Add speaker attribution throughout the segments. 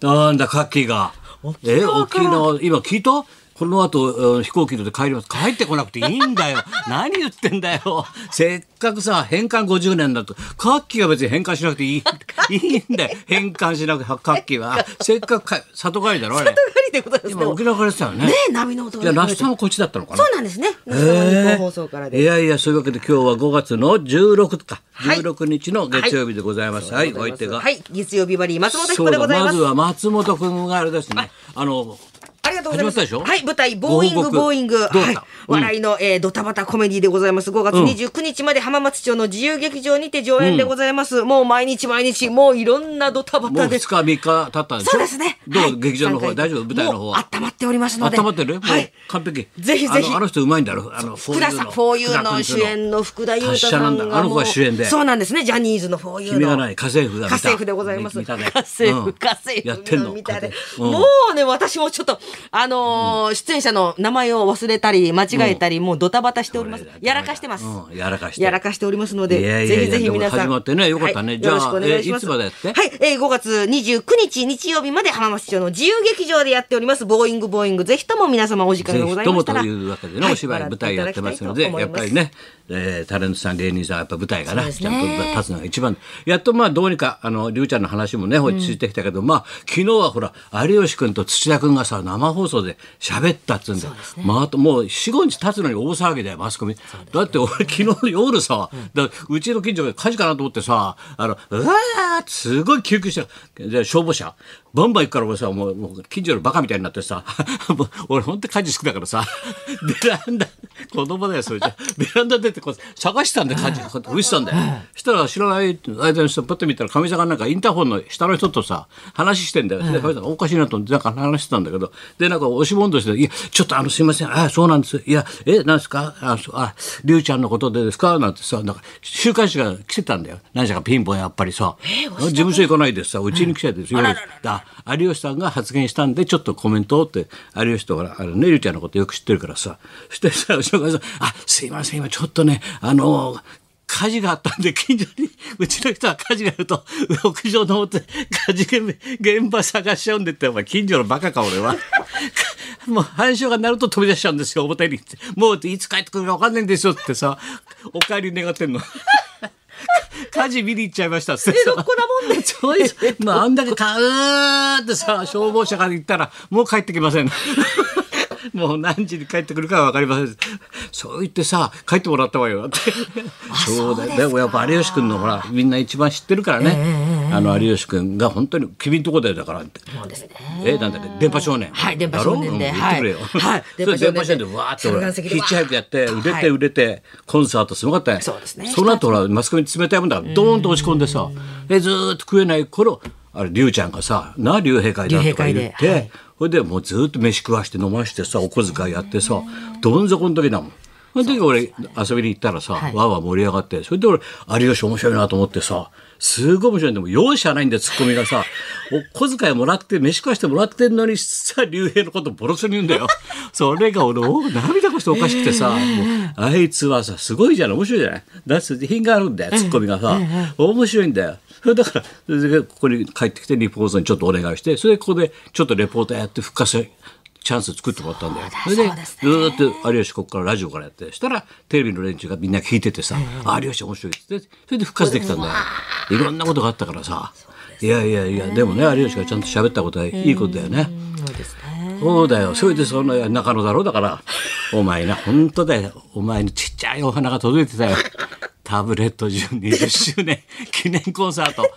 Speaker 1: なんだ、カッキーが。え、沖縄、今聞いたこの後、うん飛行機乗って帰ります。帰ってこなくていいんだよ。 何言ってんだよ。せっかくさ、返還50年だと。カッキーは別に返還しなくていい。いいんだよ。返還しなくて、カッキーは。せっかくか、里帰りだろ、あれ。
Speaker 2: でございます
Speaker 1: 今、
Speaker 2: ね。
Speaker 1: 沖縄から来たよね。
Speaker 2: ねえ波の音
Speaker 1: い
Speaker 2: が
Speaker 1: や、
Speaker 2: 聞こ
Speaker 1: ラ
Speaker 2: え
Speaker 1: ス
Speaker 2: て
Speaker 1: トもこっちだったのかな。
Speaker 2: そうなんですね。
Speaker 1: え
Speaker 2: 夏の日
Speaker 1: え
Speaker 2: 本放送から
Speaker 1: い
Speaker 2: で。
Speaker 1: やいやそういうわけで今日は5月の16日、
Speaker 2: はい
Speaker 1: 16日の月曜日でございます。はい、お相手が。
Speaker 2: はい、月曜日バリー松本
Speaker 1: そ
Speaker 2: 彦
Speaker 1: う
Speaker 2: で
Speaker 1: だ
Speaker 2: ございま
Speaker 1: ますず。は松本君があれですね。あの
Speaker 2: ありがとうござい
Speaker 1: 始ます
Speaker 2: ま。
Speaker 1: ったでしょ
Speaker 2: はい、舞台、ボーイン
Speaker 1: ご
Speaker 2: グ、
Speaker 1: 報告
Speaker 2: ボーイング。
Speaker 1: どうだった
Speaker 2: は
Speaker 1: う
Speaker 2: い
Speaker 1: ん。
Speaker 2: 笑いの、えードタバタコメディでございます。5月29日まで浜松町の自由劇場にて上演でございます。もう毎日毎日、もういろんなドタバ
Speaker 1: もう
Speaker 2: タ
Speaker 1: 2日
Speaker 2: です。
Speaker 1: 3日経ったんでしょ。
Speaker 2: そうですね。
Speaker 1: どう、
Speaker 2: はい
Speaker 1: 劇場の方は
Speaker 2: 三回
Speaker 1: 大丈夫舞台の方は
Speaker 2: も。う温まっておりますので。
Speaker 1: 温まってる？もう
Speaker 2: はい。
Speaker 1: 完璧。
Speaker 2: ぜひぜひ
Speaker 1: あのあの人うまいんだろ。あの
Speaker 2: 福田さん、フォーユーの主演の福田優太さん
Speaker 1: 達者なんだ
Speaker 2: が
Speaker 1: あの子が主演で
Speaker 2: そうなんですね、ジャニーズのフォーユーの。
Speaker 1: 君がない家政婦が見た
Speaker 2: 家政婦でございます。
Speaker 1: 見たね
Speaker 2: 家政
Speaker 1: うん
Speaker 2: 婦、家政婦。
Speaker 1: やってんの
Speaker 2: 見たね
Speaker 1: 家政婦うん
Speaker 2: もうね、私もちょっと、あのー、出演者の名前を忘れたり、間違えたり、もうドタバタしております
Speaker 1: これだ。
Speaker 2: やらかしてます。
Speaker 1: うんやらかして
Speaker 2: やらかしておりますので、
Speaker 1: いやいやいや
Speaker 2: ぜひぜひ皆さん。
Speaker 1: でも始まってねよかったね
Speaker 2: はい
Speaker 1: じゃあ
Speaker 2: よろしくお願いしま
Speaker 1: え
Speaker 2: す。
Speaker 1: いつまでやって
Speaker 2: はい、えー、5月29日日曜日まで浜松町の自由劇場でやっております、ボーイングボーイング。ぜひとも皆様お時間
Speaker 1: ぜ
Speaker 2: がご
Speaker 1: ひ
Speaker 2: ざい
Speaker 1: と
Speaker 2: ま
Speaker 1: も
Speaker 2: し
Speaker 1: と
Speaker 2: たら。
Speaker 1: いうわけでね、
Speaker 2: はい
Speaker 1: お芝居舞台やってますのでやっぱり。
Speaker 2: ご覧いただきたいと思います
Speaker 1: ね、えータレントさん芸人さんはやっぱ舞台が
Speaker 2: そう
Speaker 1: ね
Speaker 2: です
Speaker 1: ちゃ
Speaker 2: ね
Speaker 1: んと立つのが一番やっとまあどうにかあのりゅうちゃんの話もね落ち着いてきたけど、まあ昨日はほら有吉君と土田君がさ生放送で喋ったっつうんでまああともう45日経つのに大騒ぎだよマスコミ、だって俺昨日の夜さ、ううちの近所で火事かなと思ってさあのうわーってすごい救急車で消防車バンバン行くから俺さもうもう近所のバカみたいになってさ もう俺ほんと火事好きだからさベランダ子供だよそれじゃベランダ出てこう探してたんだよ火事こうやって浮いてたんだよそしたら知らない間にさパッと見たらかみさんがなんかインターホンの下の人とさ話してんだよでかみさんがおかしいなと思ってなんか話してたんだけどでなんか押し問答して「いやちょっとあのすいませんあそうなんですいやえなんですかあそうありゅうちゃんのことでですか?」なんてさなんか週刊誌が来てたんだよ何社かピンポンやっぱりさ事務所行かないでさうちに来ちゃってですよだ有吉さんが発言したんでちょっとコメントをって有吉とかあのねりゅうちゃんのことよく知ってるからさそしてさ後ろからさ「あすいません今ちょっとねあの火事があったんで近所にうちの人は火事があると屋上登って火事現場探しちゃうんでってお前近所のバカか俺は。もう反証が鳴ると飛び出しちゃうんですよ表にってもういつ帰ってくるか分かんないんですよってさお帰り願ってんの。火事見に行っちゃいましたっつってさ。
Speaker 2: 江戸っ子だもん ね
Speaker 1: そうです。まあ、あんだけかうーってさ、消防車から行ったら、もう帰ってきません。 もう何時に帰ってくるかは分かりません。そう言ってさ、帰ってもらったわよって。そうだよね。やっぱ有吉君のほら、みんな一番知ってるからね。あの有吉君が本当に君んとこだよだからって。
Speaker 2: そうですね。
Speaker 1: えなんだっけ電波少年
Speaker 2: はい電波少年
Speaker 1: だ
Speaker 2: で
Speaker 1: ろうん言ってくれよ、
Speaker 2: はいはい
Speaker 1: それ電波少年でわーってほら
Speaker 2: 三眼
Speaker 1: ヒ
Speaker 2: 石でわー
Speaker 1: ッチハイクやって売れ
Speaker 2: は
Speaker 1: て
Speaker 2: い
Speaker 1: 売れてコンサートすごかったね
Speaker 2: そうですね
Speaker 1: その後ほらマスコミに冷たいもんだからドーンと落ち込んでさでずーっと食えない頃あれ龍ちゃんがさな竜兵会だとか言っ
Speaker 2: 竜兵会では
Speaker 1: て
Speaker 2: い
Speaker 1: それでもうずーっと飯食わして飲ましてさお小遣いやってさどん底の時だもんその時俺遊びに行ったらさ、
Speaker 2: はい
Speaker 1: わーわー盛り上がってそれで俺有吉面白いなと思ってさすごい面白いんでも容赦ないんだよツッコミがさお小遣いもらって飯食わしてもらってんのにさ竜兵のことボロクソに言うんだよそれが俺お涙こしておかしくてさ、もうあいつはさすごいじゃない面白いじゃないだって品があるんだよツッコミがさ、面白いんだよそれだからそれでここに帰ってきてリポートにちょっとお願いしてそれでここでちょっとレポーターやって復活しチャンス作ってもらったんだよ。それで
Speaker 2: そうです
Speaker 1: ずーっと有吉ここからラジオからやってしたらテレビの連中がみんな聞いててさ「あ有吉面白い」ってってそれで復活できたんだよ。いろんなことがあったからさ。いやいやいやでもね有吉がちゃんと喋ったことはいいことだよね。
Speaker 2: そうですね。
Speaker 1: そうだよそれでその中野だろうだからお前な本当だよお前のちっちゃいお花が届いてたよタブレット10 20周年記念コンサート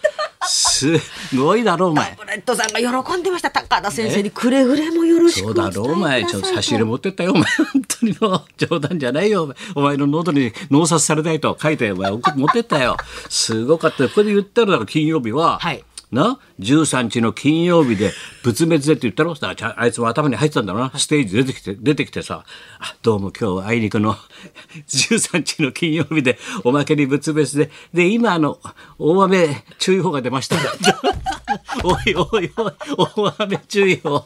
Speaker 1: すごいだろお前
Speaker 2: ブレットさんが喜んでました。高田先生にくれぐれもよろしく
Speaker 1: そ
Speaker 2: お
Speaker 1: う
Speaker 2: 伝え
Speaker 1: だ
Speaker 2: ください
Speaker 1: ろお前ちょっと差し入れ持ってった よお前本当にもう冗談じゃないよお前お前の喉に脳殺されたいと書いてお前送って持ってったよすごかったよここで言ったらだから金曜日は、
Speaker 2: はい
Speaker 1: な13日の金曜日で仏滅でって言ったろだからちゃんあいつも頭に入ってたんだろうなステージ出てきて出てきてさ「あどうも今日はあいにくの13日の金曜日でおまけに仏滅でで今あの大雨注意報が出 ました」 おいおいおい、大雨注意報。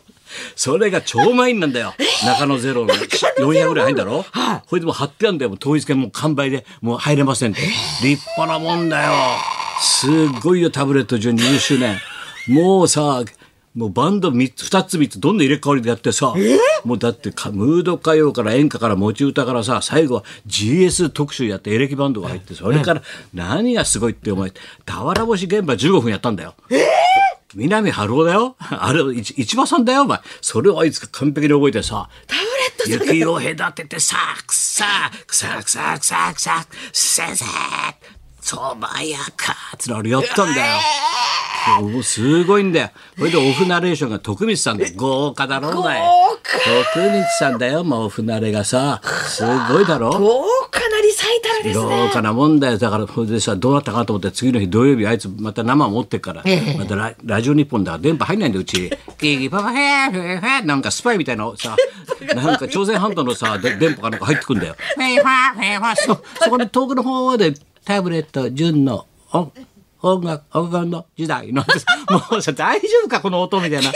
Speaker 1: それが超満員なんだよ。中野ゼロの400ぐらい入んだろ
Speaker 2: はい
Speaker 1: これでもう貼ってあんだよ。もう統一券もう完売で、もう入れませんって。立派なもんだよ。すっごいよ、タブレット順20周年。もうさ、もうバンド三つ、二つ三つ、どんどん入れ替わりでやってさ、もうだってか、ムード歌謡から演歌から持ち歌からさ、最後は GS 特集やってエレキバンドが入って、それから何がすごいってお前、俵星現場15分やったんだよ。南春夫だ よ。あれ、いち市場さんだよ、お前。それをあいつが完璧に覚えてさ、雪を隔ててさ、くさ、くさ、くさ、くさ、くさ、せせ、そばやか、つあれやったんだよ。そうすごいんだよ。それでオフナレーションが徳光さんで豪華だろうね。徳光さんだよ、もうオフナレがさ、すごいだろ。
Speaker 2: 豪華なリサイタルですね
Speaker 1: どうかなもんだよだからそれでさどうなったかと思って次の日土曜日あいつまた生持ってっから、またララジオ日本だから電波入んないんだようち「キキパパヘーヘーヘー」なんかスパイみたいな さなんか朝鮮半島のさで電波かなんか入ってくんだよ「ヘーファーヘーファー」そそこで遠くの方でタブレット純の音音楽音楽の時代の もうさ大丈夫かこの音みた いな。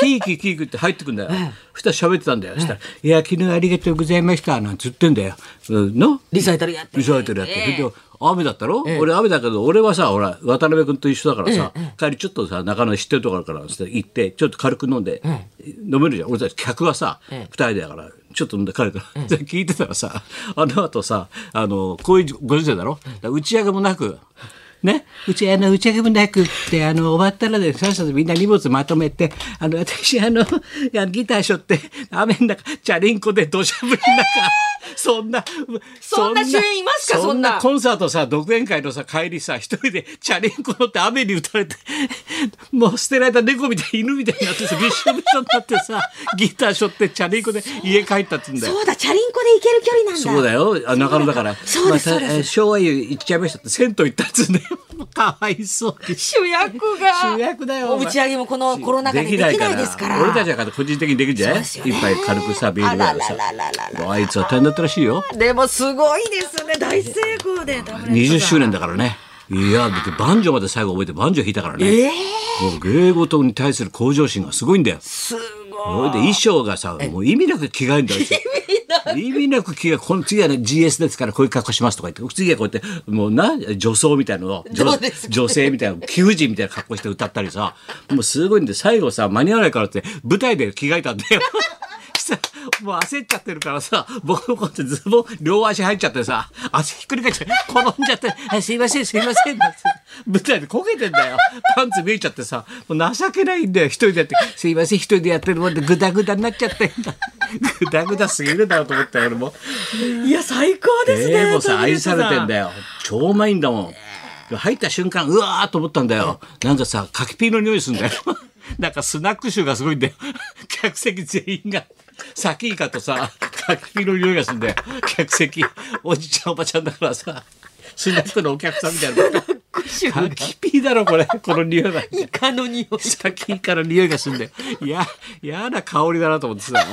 Speaker 1: キーキーキーキーって入ってくんだよ。そしたら喋ってたんだよ。そしたら、いや、昨日ありがとうございました。なんて言ってんだよ。うんの
Speaker 2: リサイタルやって
Speaker 1: リサイタルやって、それで雨だったろ、俺雨だけど俺はさほら渡辺君と一緒だからさ、帰りちょっとさ中野知ってるところからつって行ってちょっと軽く飲んで、飲めるじゃん俺たち客はさ、二人だからちょっと飲んで帰るから、で 聞いてたらさあの後さあのこういうご時世だろだから打ち上げもなく。ね、うちあの打ち上げもなくってあの終わったらでさっさとみんな荷物まとめてあの私あのいやギターしょって雨の中チャリンコで土砂降りの中、そんな
Speaker 2: そんな主演いますかそんな
Speaker 1: コンサートさ独演会のさ帰りさ一人でチャリンコ乗って雨に打たれてもう捨てられた猫みたい犬みたいになってさびっしょびしょになってさギターしょってチャリンコで家帰ったっつうんだよ。
Speaker 2: そうだチャリンコで行ける距離なんだ
Speaker 1: そうだよあ中野だから
Speaker 2: そうです
Speaker 1: ま
Speaker 2: そう
Speaker 1: た
Speaker 2: です
Speaker 1: えー昭和湯行っちゃいましたって銭湯行ったっつうんだよかわいそうに
Speaker 2: 主役が
Speaker 1: 主役だよお前
Speaker 2: 打ち上げもこのコロナ禍でできないですから
Speaker 1: 俺たちだから個人的にできるじゃん、
Speaker 2: そうですよね
Speaker 1: 一杯軽くさビールぐらいでさ
Speaker 2: あらららららら
Speaker 1: あいつは大変だったらしいよ
Speaker 2: でもすごいですね大成功で
Speaker 1: 20周年だからねいやだってバンジョーまで最後覚えてバンジョー弾いたからね、
Speaker 2: ええ
Speaker 1: もう芸事に対する向上心がすごいんだよ
Speaker 2: す
Speaker 1: そ
Speaker 2: ごい
Speaker 1: れで衣装がさもう 意味なく着替えんだよ意味なく着替えこの次はね GS ですからこういう格好しますとか言って次はこうやってもうな女装みたいなのを
Speaker 2: ど
Speaker 1: 女
Speaker 2: うですか
Speaker 1: 女性みたいな貴婦人みたいな格好して歌ったりさもうすごいんで最後さ間に合わないからって舞台で着替えたんだよ。 したらもう焦っちゃってるからさ僕のこうやってズボン両足入っちゃってさ足ひっくり返っちゃって転んじゃってあ「すいませんすいません」なんて舞台で焦げてんだよパンツ見えちゃってさもう情けないんだよ一人でやって「すいません一人でやってるもんでグダグダになっちゃって」 グダグダすぎるだろうと思ったよ俺も。
Speaker 2: いや最高ですね
Speaker 1: ええもうさ愛されてんだ
Speaker 2: よ
Speaker 1: よ超うまいんだもん入った瞬間うわーと思ったんだよなんかさ柿ピーの匂いするんだよ なんかスナック臭がすごいんだよ 客席全員がサキイカとさ柿ピーの匂いがするんだよ客席おじちゃんおばちゃんだからさスナックのお客さんみた いな柿ピーだろこれこの匂いは
Speaker 2: イカの匂い
Speaker 1: 先から匂いがすんで、いや、嫌な香りだなと思ってさ。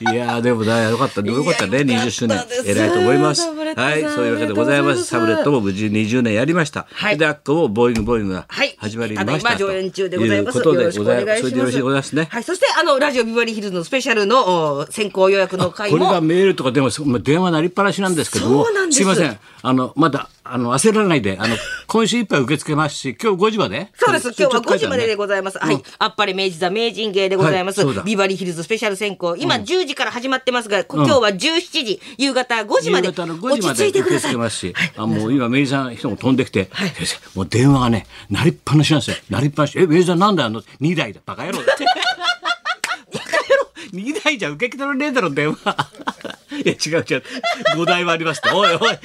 Speaker 1: いや、でもだ、よかった、でもよかったね、
Speaker 2: いやよ
Speaker 1: 20
Speaker 2: かったです
Speaker 1: 周年。偉いと思います。
Speaker 2: サブレットさん
Speaker 1: はい、そういうわけでございます。サ
Speaker 2: あ
Speaker 1: ブ
Speaker 2: り
Speaker 1: レッ
Speaker 2: が
Speaker 1: ト
Speaker 2: と
Speaker 1: も無事20年やりました。
Speaker 2: はい
Speaker 1: で、あっこもボーイングボーイングが
Speaker 2: はい
Speaker 1: 始まりました。
Speaker 2: ただいま上演中でございま
Speaker 1: と
Speaker 2: す
Speaker 1: いうこと
Speaker 2: よろ
Speaker 1: で
Speaker 2: しく
Speaker 1: ご
Speaker 2: お
Speaker 1: ざ
Speaker 2: 願
Speaker 1: いま
Speaker 2: いしま
Speaker 1: す。そ
Speaker 2: す
Speaker 1: れでよろしいございますね。
Speaker 2: はいそしてあのラジオビバリーヒルズのスペシャルのお先行予約の回
Speaker 1: これが
Speaker 2: も
Speaker 1: メールとか電話、まあ電話なりっぱなしなんですけども、
Speaker 2: そうなんです
Speaker 1: いません、あの、まだ、あの、焦らないで、あ の、今週いっぱい受け付けますし、今日5時まで
Speaker 2: そうです。
Speaker 1: れ
Speaker 2: 今日は
Speaker 1: ちょっと書
Speaker 2: 5
Speaker 1: いて
Speaker 2: 時
Speaker 1: あ
Speaker 2: ま
Speaker 1: るね
Speaker 2: ででございます。はい。あっぱれ明治座名人芸でございます。
Speaker 1: はいそうだ
Speaker 2: ビバリーヒルズスペシャル選考。今10時から始まってますが、こ今日は17時、夕方5時まで。
Speaker 1: 夕方の5時ま
Speaker 2: 落
Speaker 1: で
Speaker 2: ち着いて
Speaker 1: 受
Speaker 2: く
Speaker 1: け
Speaker 2: ださ
Speaker 1: 付
Speaker 2: い。
Speaker 1: けますし、あもう今、明治さんの人も飛んできて、
Speaker 2: はい
Speaker 1: 先生、もう電話がね、鳴りっぱなしなんですよ。鳴りっぱなし。え、明治さんなんだよ、あの、2台だ。バカ野郎だ って。バカ野郎 !2 台じゃ受け取れねえだろ、電話。 いや、違う違う。5台はありますって。おいおい、5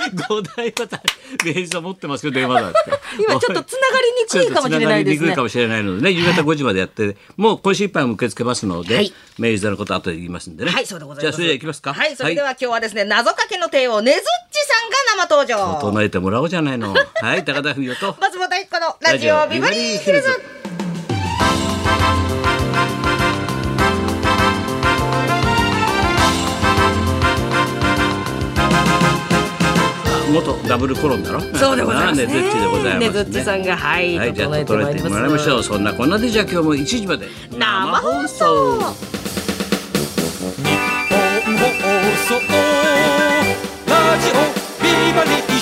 Speaker 1: 台はだ、明治さん持ってますよ、電話だって。
Speaker 2: 今ちょっとつながりに
Speaker 1: ちょ
Speaker 2: くいかもしれないです
Speaker 1: っとつがりにくい
Speaker 2: ね
Speaker 1: か。もしれないのでね、夕方5時までやって、もう今週いっぱいも受け付けますので、
Speaker 2: はい
Speaker 1: 明治座のこと後で言いますんでね。
Speaker 2: はい、そうでございます。
Speaker 1: じゃあ、それでは行きますか。
Speaker 2: はい、それでは今日はですね、謎かけの帝王、ねずっちさんが生登場。
Speaker 1: 唱えてもらおうじゃない の。はい、高田文夫と。
Speaker 2: 松本一子のラジオビバリーヒルズ。
Speaker 1: 元ダブルコロンだろ。
Speaker 2: そうでございますね。
Speaker 1: ねずっちでございます、ね。
Speaker 2: ねずっちさんが、はい、
Speaker 1: はい、じゃあ、
Speaker 2: 整えて
Speaker 1: 整
Speaker 2: ま
Speaker 1: え
Speaker 2: いり
Speaker 1: て
Speaker 2: ます
Speaker 1: もらいましょう。そんなこんなで、じゃあ、今日も1時まで。
Speaker 2: 生放
Speaker 3: 放
Speaker 2: 送。
Speaker 3: 送ラジオビバリー